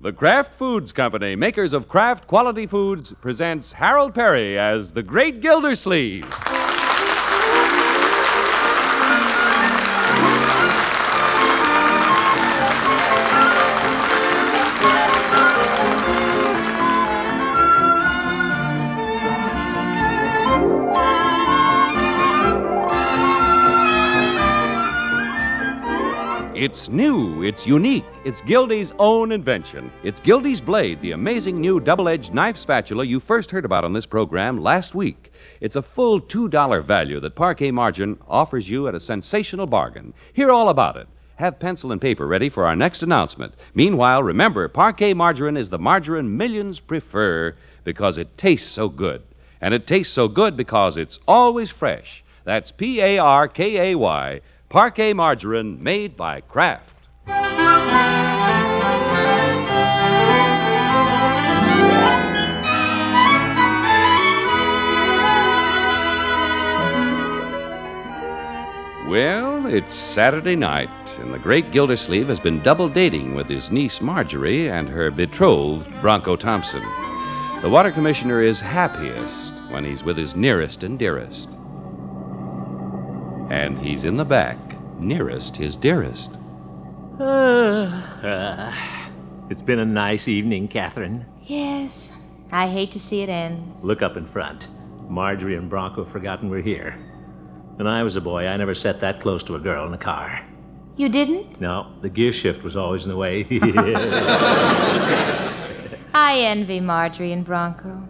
The Kraft Foods Company, makers of Kraft quality foods, presents Harold Perry as the Great Gildersleeve. It's new, it's unique, it's Gildy's own invention. It's Gildy's Blade, the amazing new double edged knife spatula you first heard about on this program last week. It's a full $2 value that Parquet Margin offers you at a sensational bargain. Hear all about it. Have pencil and paper ready for our next announcement. Meanwhile, remember Parquet Margarine is the margarine millions prefer because it tastes so good. And it tastes so good because it's always fresh. That's P A R K A Y, Parquet Margarine made by Kraft. Well, it's Saturday night, and the great Gildersleeve has been double dating with his niece Marjorie and her betrothed, Bronco Thompson. The water commissioner is happiest when he's with his nearest and dearest. And he's in the back, nearest his dearest. Ah, it's been a nice evening, Catherine. Yes, I hate to see it end. Look up in front. Marjorie and Bronco have forgotten we're here. When I was a boy, I never sat that close to a girl in a car. You didn't? No, the gear shift was always in the way. I envy Marjorie and Bronco.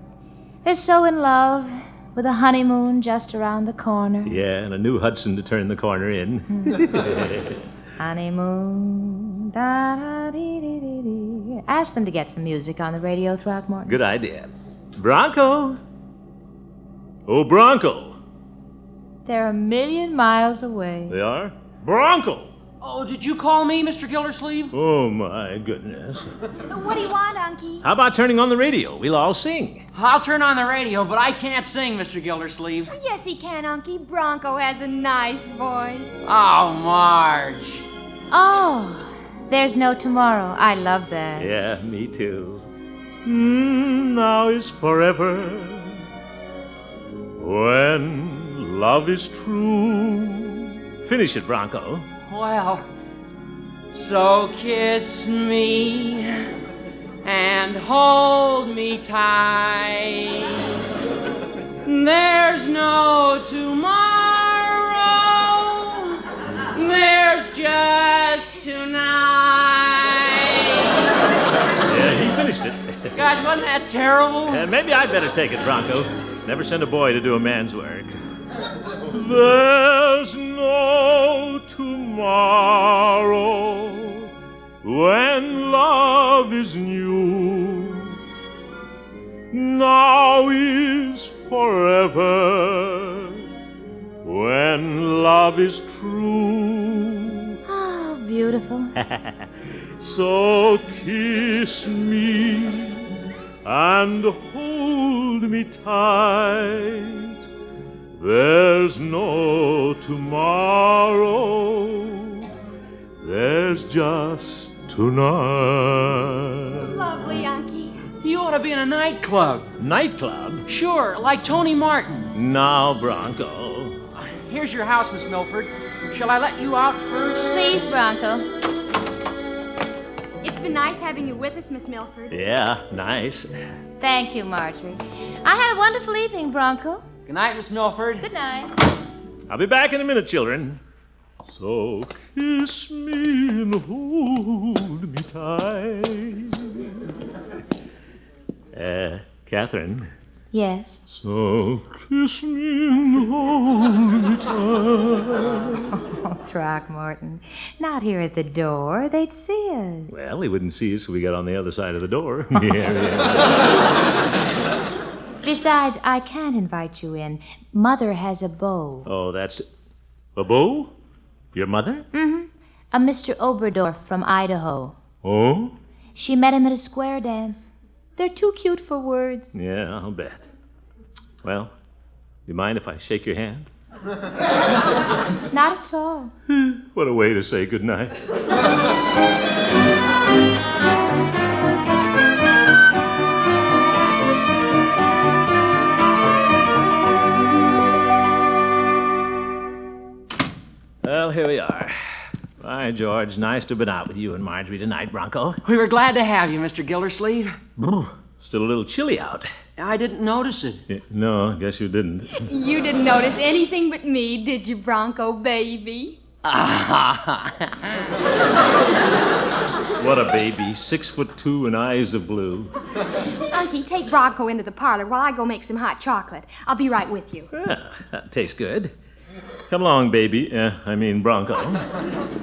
They're so in love, with a honeymoon just around the corner. yeah, and a new Hudson to turn the corner in. Honeymoon. Da, da, dee, dee, dee, dee. Ask them to get some music on the radio, Throckmorton. Good idea. Bronco! Oh, Bronco! They're a million miles away. They are? Bronco! Oh, did you call me, Mr. Gildersleeve? Oh, my goodness. What do you want, Unky? How about turning on the radio? We'll all sing. I'll turn on the radio, but I can't sing, Mr. Gildersleeve. Yes, he can, Unky. Bronco has a nice voice. Oh, Marge. Oh, there's no tomorrow. I love that. Yeah, me too. Mm, now is forever. When love is true. Finish it, Bronco. Well, so kiss me and hold me tight. There's no tomorrow, there's just tonight. Yeah, he finished it. Gosh, wasn't that terrible? Uh, maybe I'd better take it, Bronco. Never send a boy to do a man's work. There's no tomorrow when love is new. Now is forever when love is true. Oh, beautiful. So kiss me and hold me tight. There's no tomorrow. There's just tonight. Lovely, Unky. You ought to be in a nightclub. Nightclub? Sure, like Tony Martin. Now, Bronco. Here's your house, Miss Milford. Shall I let you out first? Please, Bronco. It's been nice having you with us, Miss Milford. Yeah, nice. Thank you, Marjorie. I had a wonderful evening, Bronco. Good night, Miss Milford. Good night. I'll be back in a minute, children. So kiss me and hold me tight. Uh, Catherine. Yes. So kiss me and hold me tight. Oh, Throckmorton. Not here at the door. They'd see us. Well, he wouldn't see us if we got on the other side of the door. yeah, yeah. Besides, I can't invite you in. Mother has a beau. Oh, that's a beau? Your mother? A Mr. Oberdorf from Idaho. Oh? She met him at a square dance. They're too cute for words. Yeah, I'll bet. Well, you mind if I shake your hand? Not at all. What a way to say goodnight. Why, George, nice to have been out with you and Marjorie tonight, Bronco. We were glad to have you, Mr. Gildersleeve. Still a little chilly out. Eh, I didn't notice it. No, guess you didn't. You didn't notice anything but me, did you, Bronco baby? What a baby. Six foot two and eyes of blue. Unky, take Bronco into the parlor while I go make some hot chocolate. I'll be right with you. Ah, that tastes good. Come along, baby. Uh, I mean, Bronco.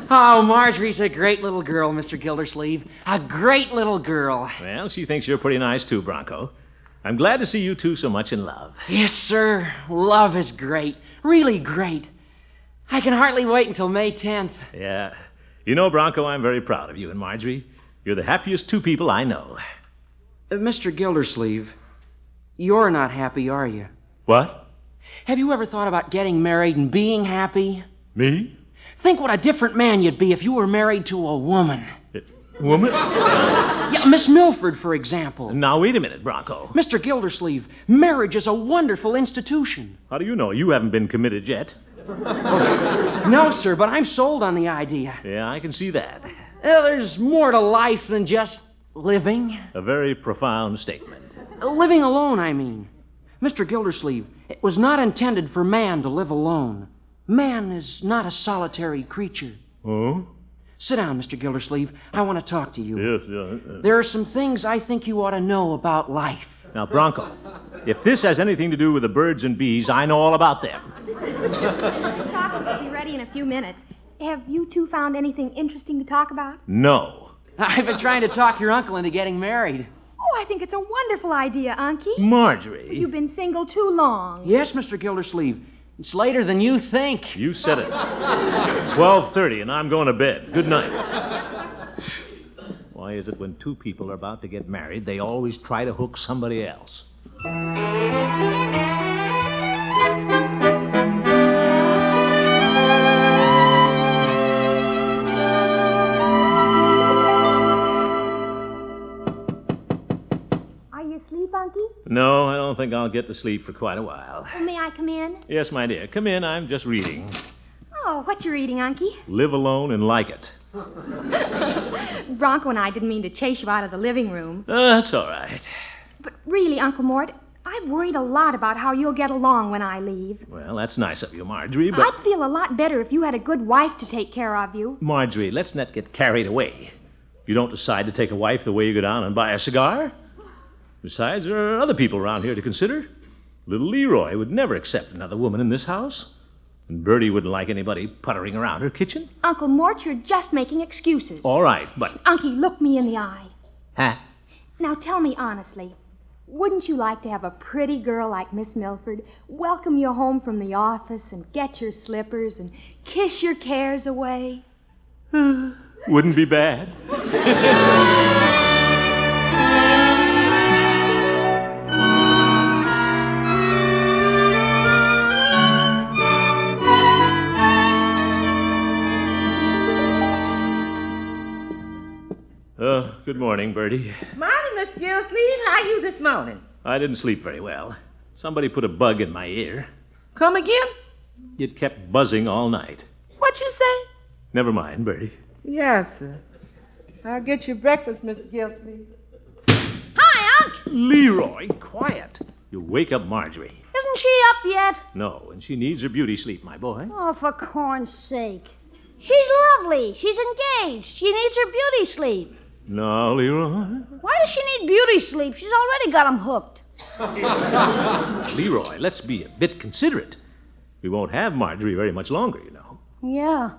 Oh, Marjorie's a great little girl, Mr. Gildersleeve. A great little girl. Well, she thinks you're pretty nice, too, Bronco. I'm glad to see you two so much in love. Yes, sir. Love is great. Really great. I can hardly wait until May 10th. Yeah. You know, Bronco, I'm very proud of you and Marjorie. You're the happiest two people I know. Uh, Mr. Gildersleeve, you're not happy, are you? What? Have you ever thought about getting married and being happy? Me? Think what a different man you'd be if you were married to a woman. Woman? Yeah, Miss Milford, for example. now, wait a minute, Bronco. Mr. Gildersleeve, marriage is a wonderful institution. How do you know? You haven't been committed yet. No, sir, but I'm sold on the idea. Yeah, I can see that. Uh, there's more to life than just living. A very profound statement. Uh, Living alone, I mean. Mr. Gildersleeve, it was not intended for man to live alone. Man is not a solitary creature. Oh? Sit down, Mr. Gildersleeve. I want to talk to you. Yes, yeah. There are some things I think you ought to know about life. Now, Bronco, if this has anything to do with the birds and bees, I know all about them. The chocolate will be ready in a few minutes. Have you two found anything interesting to talk about? No. I've been trying to talk your uncle into getting married. Oh, I think it's a wonderful idea, Unky. Marjorie. You've been single too long. Yes, Mr. Gildersleeve. It's later than you think. You said it. 12:30 and I'm going to bed. Good night. Why is it when two people are about to get married, they always try to hook somebody else? Are you asleep, Unky? No, I don't think I'll get to sleep for quite a while. Oh, may I come in? Yes, my dear. Come in. I'm just reading. Oh, what you reading, Unky? Live alone and like it. Bronco and I didn't mean to chase you out of the living room. Uh, that's all right. But really, Uncle Mort, I've worried a lot about how you'll get along when I leave. Well, that's nice of you, Marjorie, but I'd feel a lot better if you had a good wife to take care of you. Marjorie, let's not get carried away. You don't decide to take a wife the way you go down and buy a cigar. Besides, there are other people around here to consider. Little Leroy would never accept another woman in this house. And Bertie wouldn't like anybody puttering around her kitchen. Uncle Mort, you're just making excuses. All right, but. Unky, look me in the eye. Huh? Now tell me honestly, wouldn't you like to have a pretty girl like Miss Milford welcome you home from the office and get your slippers and kiss your cares away? Wouldn't be bad. Uh, good morning, Bertie. Morning, Miss Gilsleeve. How are you this morning? I didn't sleep very well. Somebody put a bug in my ear. Come again? It kept buzzing all night. What you say? Never mind, Bertie. Yes, sir. I'll get you breakfast, Mr. Gilsleeve. Hi, Unc! Leroy, quiet. You wake up Marjorie. Isn't she up yet? No, and she needs her beauty sleep, my boy. Oh, for corn's sake. She's lovely. She's engaged. She needs her beauty sleep. No, Leroy. Why does she need beauty sleep? She's already got 'em hooked. Leroy, let's be a bit considerate. We won't have Marjorie very much longer, you know. Yeah.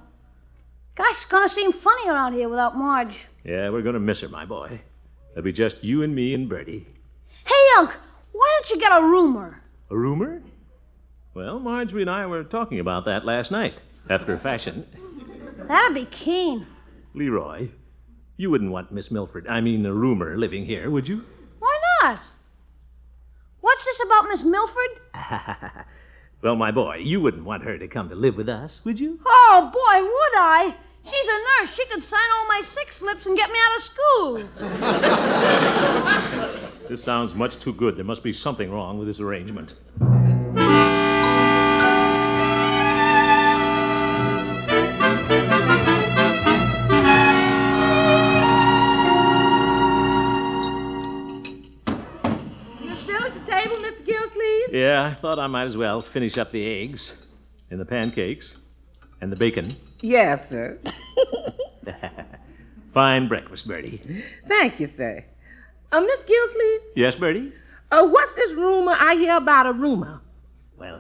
Gosh, it's gonna seem funny around here without Marge. Yeah, we're going to miss her, my boy. It'll be just you and me and Bertie. Hey, Unc, why don't you get a rumor? A rumor? Well, Marjorie and I were talking about that last night, after a fashion. That'd be keen. Leroy, you wouldn't want Miss Milford, I mean, a rumor living here, would you? Why not? What's this about Miss Milford? Well, my boy, you wouldn't want her to come to live with us, would you? Oh, boy, would I? She's a nurse. She could sign all my sick slips and get me out of school. This sounds much too good. There must be something wrong with this arrangement. Yeah, I thought I might as well finish up the eggs and the pancakes and the bacon. Yes, sir. Fine breakfast, Bertie. Thank you, sir. Uh, Miss Gilsleeve, Yes, Bertie? uh, what's this rumor I hear about a rumor? Well,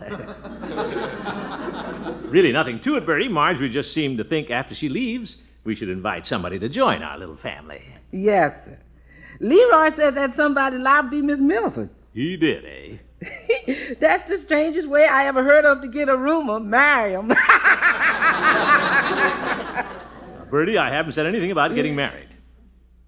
really nothing to it, Bertie. Marjorie just seemed to think after she leaves, we should invite somebody to join our little family. Yes, sir. Leroy says that somebody lied to be Miss Milford. He did, eh? That's the strangest way I ever heard of to get a rumor. Marry 'em. Bertie, I haven't said anything about getting married.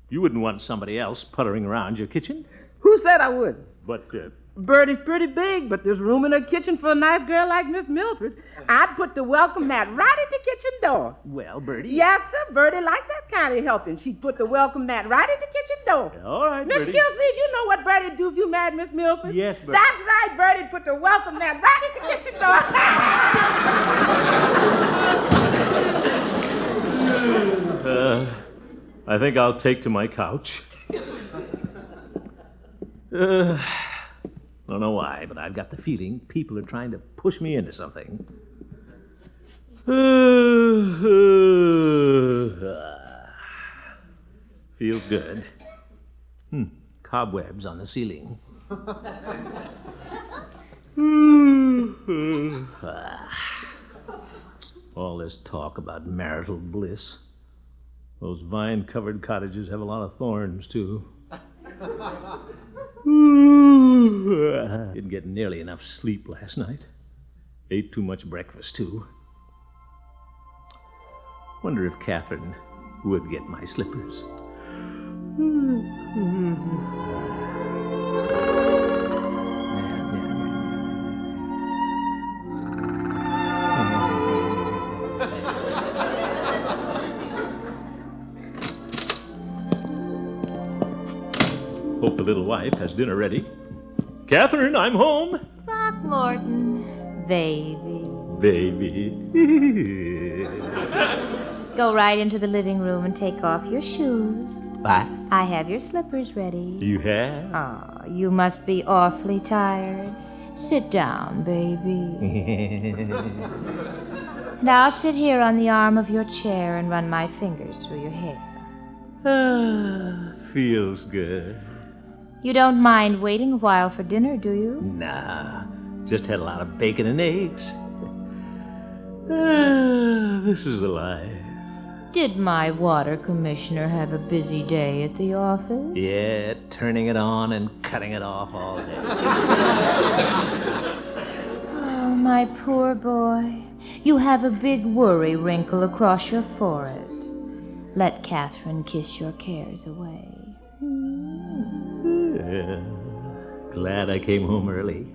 You wouldn't want somebody else puttering around your kitchen. Who said I wouldn't? But, uh, Birdie's pretty big, but there's room in her kitchen for a nice girl like Miss Milford. I'd put the welcome mat right at the kitchen door. well, Bertie. Yes, sir. Birdie likes that kind of helping. She'd put the welcome mat right at the kitchen door. All right, Miss Bertie. Gilsey, you know what Birdie'd do if you married Miss Milford? Yes, Bertie. That's right, Birdie'd put the welcome mat right at the kitchen door. Uh, I think I'll take to my couch. Uh, don't know why, but I've got the feeling people are trying to push me into something. Uh, feels good. Hmm, cobwebs on the ceiling. All this talk about marital bliss. Those vine covered cottages have a lot of thorns, too. Didn't get nearly enough sleep last night. Ate too much breakfast, too. Wonder if Catherine would get my slippers. Hope the little wife has dinner ready. Catherine, I'm home. Throckmorton, baby. Baby. Go right into the living room and take off your shoes. What? I have your slippers ready. You have? Ah, you must be awfully tired. Sit down, baby. And I'll sit here on the arm of your chair and run my fingers through your hair. Ah, feels good. You don't mind waiting a while for dinner, do you? Nah, just had a lot of bacon and eggs. Ah, this is the life. Did my water commissioner have a busy day at the office? Yeah, turning it on and cutting it off all day. Oh, my poor boy. You have a big worry wrinkle across your forehead. Let Catherine kiss your cares away. Yeah. Glad I came home early.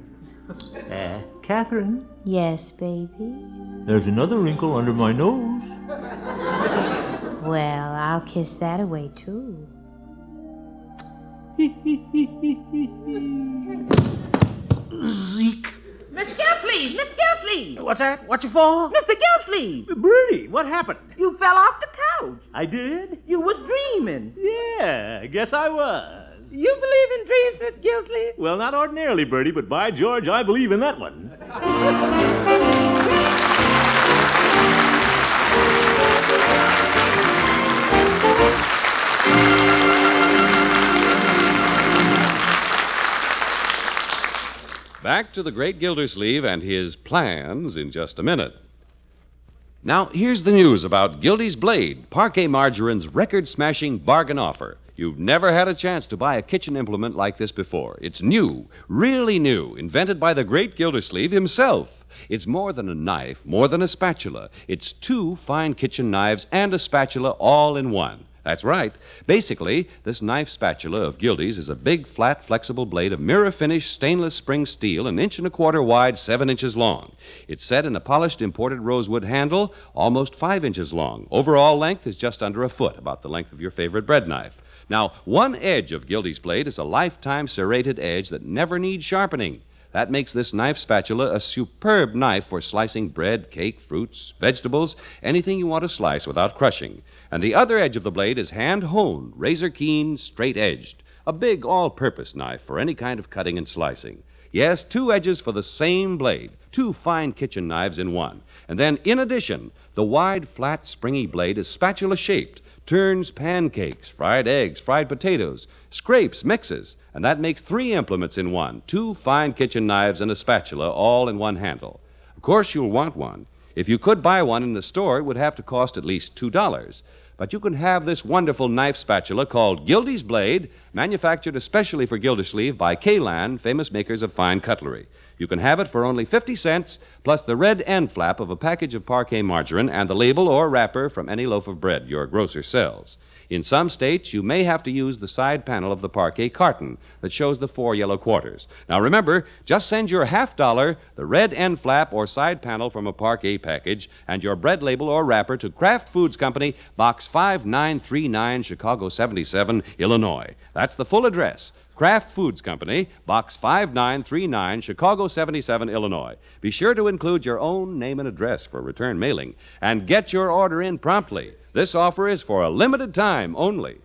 Uh, Catherine, Yes, baby. there's another wrinkle under my nose. Well, I'll kiss that away, too. Zeke. Miss Gilsleeve, Miss Gilsleeve, What's that? What you for? Mr. Gilsleeve, Bertie, what happened? you fell off the couch. I did? You was dreaming. Yeah, guess I was. You believe in dreams, Miss Gilsleeve? Well, not ordinarily, Bertie, but by George, I believe in that one. Back to the great Gildersleeve and his plans in just a minute. Now, here's the news about Gildy's Blade, Parquet Margarine's record smashing bargain offer. You've never had a chance to buy a kitchen implement like this before. It's new, really new, invented by the great Gildersleeve himself. It's more than a knife, more than a spatula. It's two fine kitchen knives and a spatula all in one. That's right. Basically, this knife spatula of Gildy's is a big, flat, flexible blade of mirror finished stainless spring steel, an inch and a quarter wide, seven inches long. It's set in a polished imported rosewood handle, almost five inches long. Overall length is just under a foot, about the length of your favorite bread knife. Now, one edge of Gildy's blade is a lifetime serrated edge that never needs sharpening. That makes this knife spatula a superb knife for slicing bread, cake, fruits, vegetables, anything you want to slice without crushing. And the other edge of the blade is hand honed, razor keen, straight edged. A big all purpose knife for any kind of cutting and slicing. Yes, two edges for the same blade, two fine kitchen knives in one. And then, in addition, the wide, flat, springy blade is spatula shaped, turns pancakes, fried eggs, fried potatoes, scrapes, mixes, and that makes three implements in one two fine kitchen knives and a spatula all in one handle. Of course, you'll want one. If you could buy one in the store, it would have to cost at least $2. But you can have this wonderful knife spatula called Gildy's Blade, manufactured especially for Gildersleeve by Kalan, famous makers of fine cutlery. You can have it for only 50 cents, plus the red end flap of a package of parquet margarine and the label or wrapper from any loaf of bread your grocer sells. In some states, you may have to use the side panel of the parquet carton that shows the four yellow quarters. Now remember, just send your half dollar, the red end flap or side panel from a parquet package, and your bread label or wrapper to Kraft Foods Company, Box 5939, Chicago 77, Illinois. That's the full address. Kraft Foods Company, Box 5939, Chicago 77, Illinois. Be sure to include your own name and address for return mailing and get your order in promptly. This offer is for a limited time only.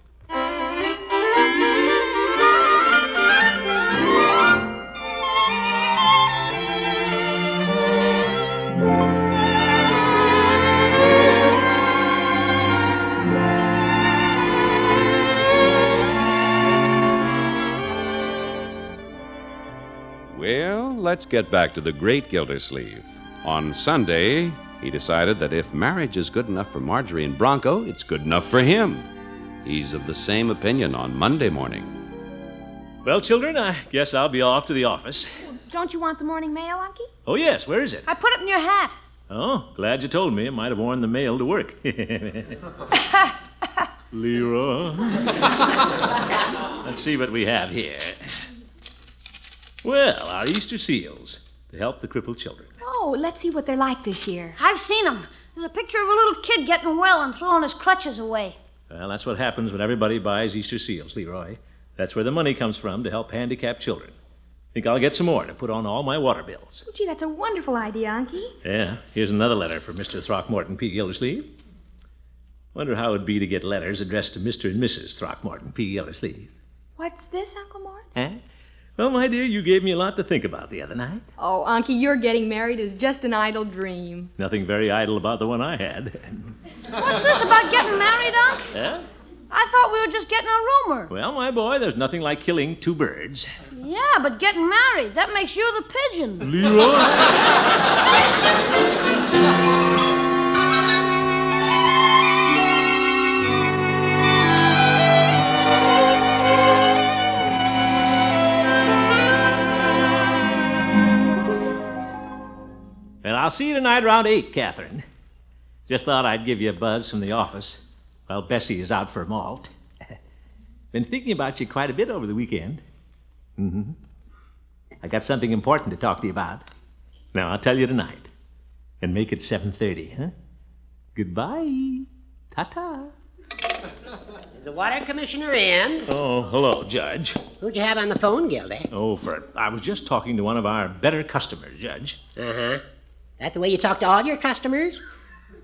Well, let's get back to the great Gildersleeve. On Sunday, he decided that if marriage is good enough for Marjorie and Bronco, it's good enough for him. He's of the same opinion on Monday morning. Well, children, I guess I'll be off to the office. Don't you want the morning mail, Unky? Oh, yes, where is it? I put it in your hat. Oh, glad you told me. I might have worn the mail to work. Leroy. Let's see what we have here. Well, our Easter seals to help the crippled children. Oh, let's see what they're like this year. I've seen them. There's a picture of a little kid getting well and throwing his crutches away. Well, that's what happens when everybody buys Easter seals, Leroy. That's where the money comes from to help handicapped children. Think I'll get some more to put on all my water bills. Oh, gee, that's a wonderful idea, Unky. Yeah, here's another letter from Mr. Throckmorton P. Gildersleeve. Wonder how it'd be to get letters addressed to Mr. and Mrs. Throckmorton P. Gildersleeve. What's this, Uncle Mort? Huh? Eh? Well, my dear, you gave me a lot to think about the other night. Oh, Unky, your getting married is just an idle dream. Nothing very idle about the one I had. What's this about getting married, Unc? Huh? I thought we were just getting a rumor. Well, my boy, there's nothing like killing two birds. Yeah, but getting married, that makes you the pigeon. Leroy. Well, I'll see you tonight around eight, Catherine. Just thought I'd give you a buzz from the office while Bessie is out for a malt. Been thinking about you quite a bit over the weekend. Mm-hmm. I got something important to talk to you about. Now I'll tell you tonight, and make it seven thirty, huh? Goodbye. Ta-ta. The water commissioner in. Oh, hello, Judge. Who'd you have on the phone, Gildy? Oh, for I was just talking to one of our better customers, Judge. Uh Uh-huh. huh. That the way you talk to all your customers?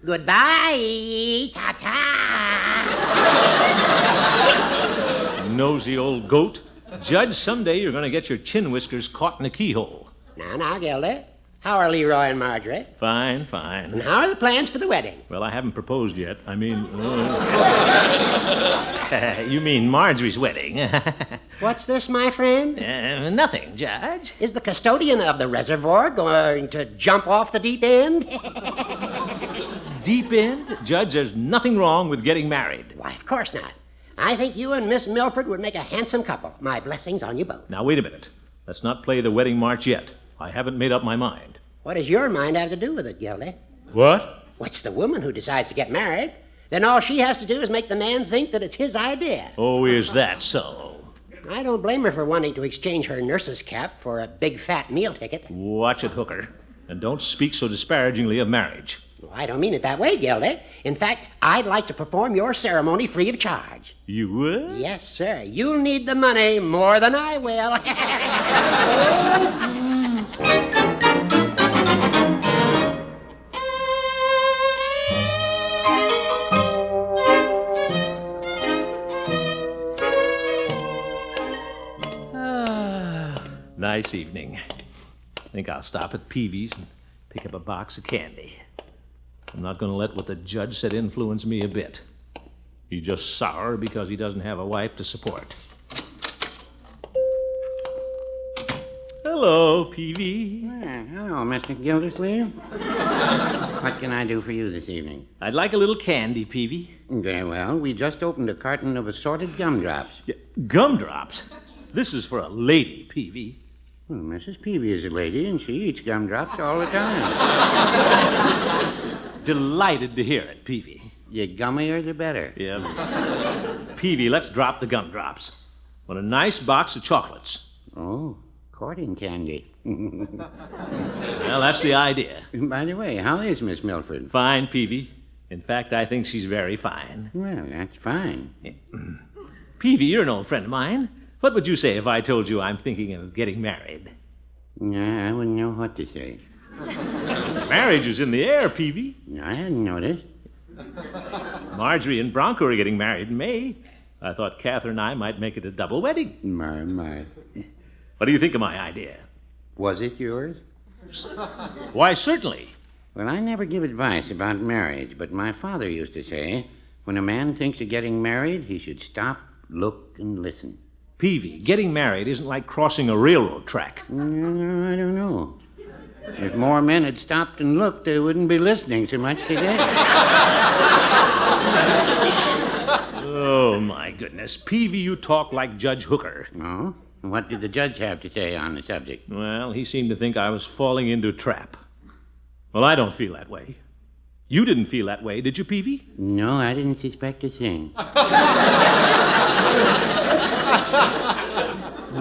Goodbye, ta ta. Nosy old goat. Judge, someday you're going to get your chin whiskers caught in a keyhole. Now, now, Gildy. How are Leroy and Margaret? Fine, fine. And how are the plans for the wedding? Well, I haven't proposed yet. I mean, oh. you mean Marjorie's wedding? What's this, my friend? Uh, nothing, Judge. Is the custodian of the reservoir going to jump off the deep end? Deep end, Judge. There's nothing wrong with getting married. Why, of course not. I think you and Miss Milford would make a handsome couple. My blessings on you both. Now wait a minute. Let's not play the wedding march yet. I haven't made up my mind. What does your mind have to do with it, Gildy? What? What's the woman who decides to get married? Then all she has to do is make the man think that it's his idea. Oh, is that so? I don't blame her for wanting to exchange her nurse's cap for a big fat meal ticket. Watch it, Hooker. And don't speak so disparagingly of marriage. Well, I don't mean it that way, Gildy. In fact, I'd like to perform your ceremony free of charge. You would? Yes, sir. You'll need the money more than I will. Nice evening. think I'll stop at Peavy's and pick up a box of candy. I'm not going to let what the judge said influence me a bit. He's just sour because he doesn't have a wife to support. Hello, Peavy. hello, Mr. Gildersleeve. what can I do for you this evening? I'd like a little candy, Peavy. Very well. We just opened a carton of assorted gumdrops. Gumdrops? This is for a lady, Peavy. Well, Mrs. Peavy is a lady, and she eats gumdrops all the time. Delighted to hear it, Peavy. The gummier, the better. Yeah. Peavy, let's drop the gumdrops. Want a nice box of chocolates. Oh, courting candy. Well, that's the idea. By the way, how is Miss Milford? Fine, Peavy. In fact, I think she's very fine. Well, that's fine. Peavy, you're an old friend of mine. What would you say if I told you I'm thinking of getting married? Yeah, I wouldn't know what to say. Marriage is in the air, Peavy. I hadn't noticed. Marjorie and Bronco are getting married in May. I thought Catherine and I might make it a double wedding. My, my. What do you think of my idea? Was it yours? Why, certainly. Well, I never give advice about marriage, but my father used to say when a man thinks of getting married, he should stop, look, and listen. Peavy, getting married isn't like crossing a railroad track. Mm, I don't know. If more men had stopped and looked, they wouldn't be listening so much today. Oh, my goodness. Peavy, you talk like Judge Hooker. No? And Oh? What did the judge have to say on the subject? Well, he seemed to think I was falling into a trap. Well, I don't feel that way. You didn't feel that way, did you, Peavy? No, I didn't suspect a thing.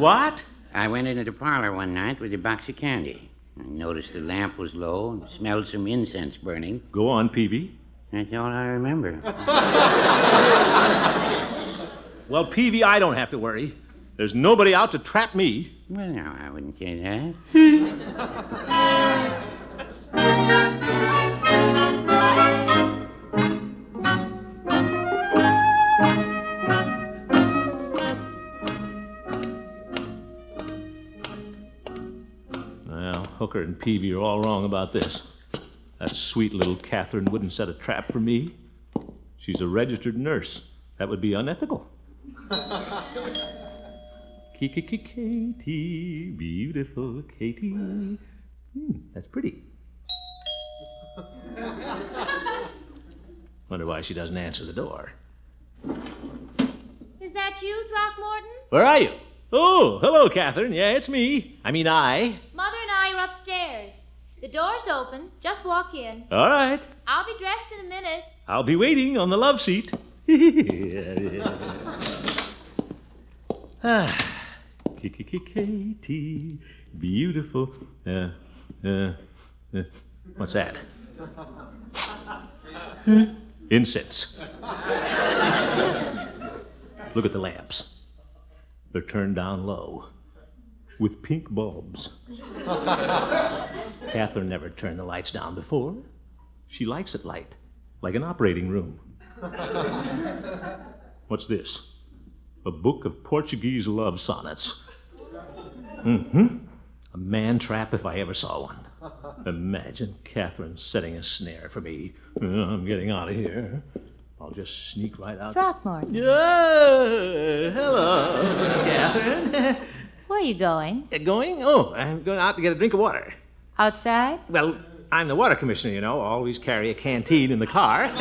What? I went into the parlor one night with a box of candy. I noticed the lamp was low and smelled some incense burning. Go on, Peavy. That's all I remember. Well, Peavy, I don't have to worry. There's nobody out to trap me. Well, no, I wouldn't say that. Well, Hooker and Peavy are all wrong about this. That sweet little Catherine wouldn't set a trap for me. She's a registered nurse. That would be unethical. Katie, beautiful Katie. Hmm, that's pretty. Wonder why she doesn't answer the door. Is that you, Throckmorton? Where are you? Oh, hello, Catherine. Yeah, it's me. I mean, I. Mother and I are upstairs. The door's open. Just walk in. All right. I'll be dressed in a minute. I'll be waiting on the love seat. ah, Katie, beautiful. Uh, uh, uh, what's that? Huh? Incense. Look at the lamps. They're turned down low with pink bulbs. Catherine never turned the lights down before. She likes it light, like an operating room. What's this? A book of Portuguese love sonnets. Mm-hmm. A man trap if I ever saw one. Imagine Catherine setting a snare for me. Uh, I'm getting out of here. I'll just sneak right out. Throckmorton, Oh, hello, Catherine. where are you going? Uh, Going? Oh, I'm going out to get a drink of water. Outside? Well, I'm the water commissioner, you know. Always carry a canteen in the car.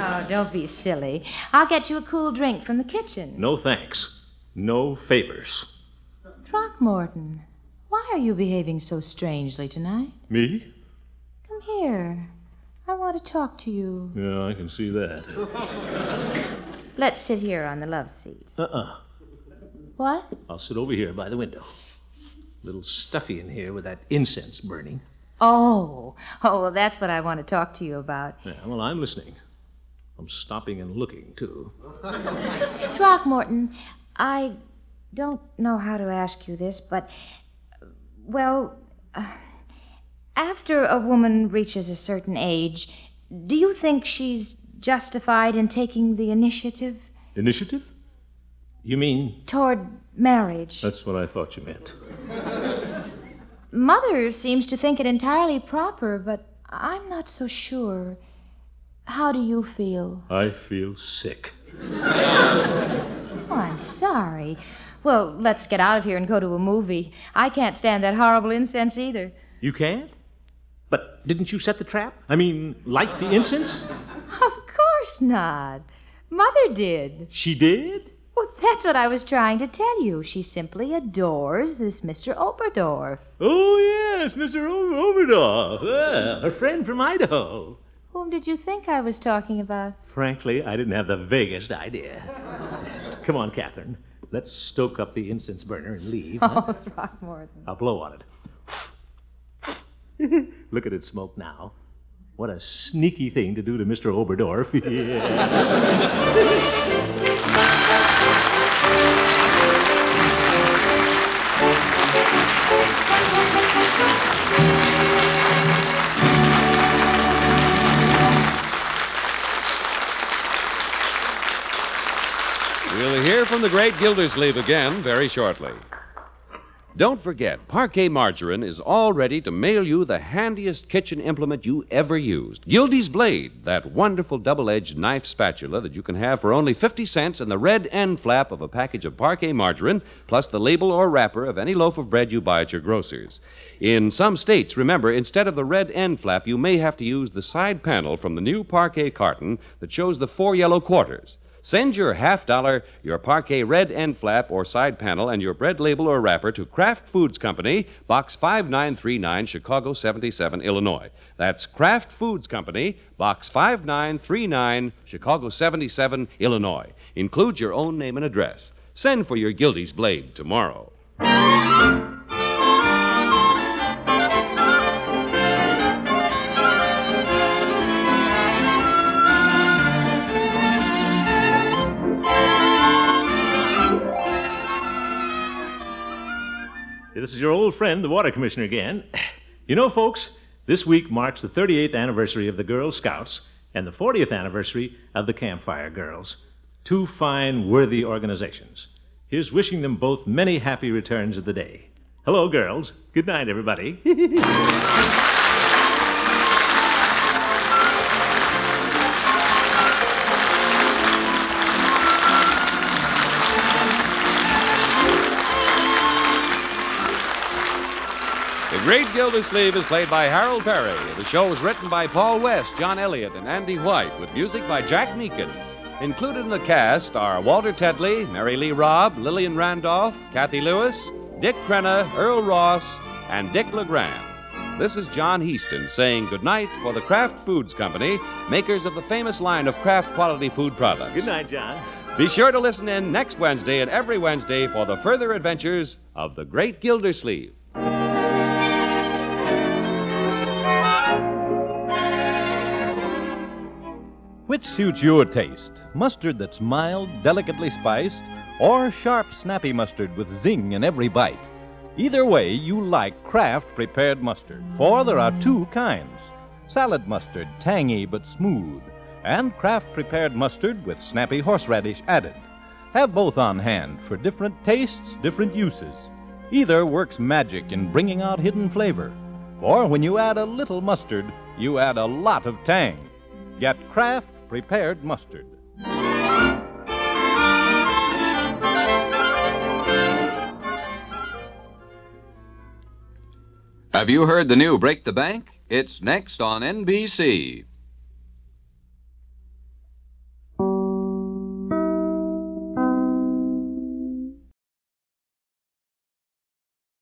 Oh, don't be silly. I'll get you a cool drink from the kitchen. no thanks. No favors. Throckmorton, why are you behaving so strangely tonight? Me? Come here. I want to talk to you. Yeah, I can see that. Let's sit here on the love seat. Uh-uh. What? I'll sit over here by the window. little stuffy in here with that incense burning. Oh, oh, well, that's what I want to talk to you about. Yeah, well, I'm listening. I'm stopping and looking, too. Throckmorton, I don't know how to ask you this, but, well, uh, after a woman reaches a certain age, do you think she's justified in taking the initiative Initiative? You mean? toward marriage? That's what I thought you meant. Mother seems to think it entirely proper, but I'm not so sure. How do you feel? I feel sick. Oh, I'm sorry. Well, let's get out of here and go to a movie. I can't stand that horrible incense either. You can't? But didn't you set the trap? I mean, light the incense? Of course not. Mother did. She did? Well, that's what I was trying to tell you. She simply adores this Mr. Oberdorf. Oh, yes, Mr. O- Oberdorf. Ah, a friend from Idaho. Whom did you think I was talking about? Frankly, I didn't have the vaguest idea. Come on, Catherine. Let's stoke up the incense burner and leave. huh? Oh, Throckmorton. I'll blow on it. Look at it smoke now. What a sneaky thing to do to Mr. Oberdorf. Yeah. We'll hear from the great Gildersleeve again very shortly. Don't forget, Parquet Margarine is all ready to mail you the handiest kitchen implement you ever used Gildy's Blade, that wonderful double edged knife spatula that you can have for only 50 cents and the red end flap of a package of Parquet Margarine, plus the label or wrapper of any loaf of bread you buy at your grocer's. In some states, remember, instead of the red end flap, you may have to use the side panel from the new Parquet carton that shows the four yellow quarters. Send your half dollar, your parquet red end flap or side panel, and your bread label or wrapper to Kraft Foods Company, Box 5939, Chicago 77, Illinois. That's Kraft Foods Company, Box 5939, Chicago 77, Illinois. Include your own name and address. Send for your Gildy's Blade tomorrow. This is your old friend, the water commissioner, again. You know, folks, this week marks the 38th anniversary of the Girl Scouts and the 40th anniversary of the Campfire Girls. Two fine, worthy organizations. Here's wishing them both many happy returns of the day. Hello, girls. Good night, everybody. The Great Gildersleeve is played by Harold Perry. The show was written by Paul West, John Elliott, and Andy White, with music by Jack Meakin. Included in the cast are Walter Tedley, Mary Lee Robb, Lillian Randolph, Kathy Lewis, Dick Crenna, Earl Ross, and Dick LeGrand. This is John Heaston saying goodnight for the Kraft Foods Company, makers of the famous line of Kraft quality food products. Good night, John. Be sure to listen in next Wednesday and every Wednesday for the further adventures of the Great Gildersleeve. Which suits your taste? Mustard that's mild, delicately spiced, or sharp, snappy mustard with zing in every bite? Either way, you like Kraft prepared mustard, for there are two kinds salad mustard, tangy but smooth, and Kraft prepared mustard with snappy horseradish added. Have both on hand for different tastes, different uses. Either works magic in bringing out hidden flavor, or when you add a little mustard, you add a lot of tang. Get Kraft prepared mustard. Have you heard the new Break the Bank? It's next on NBC.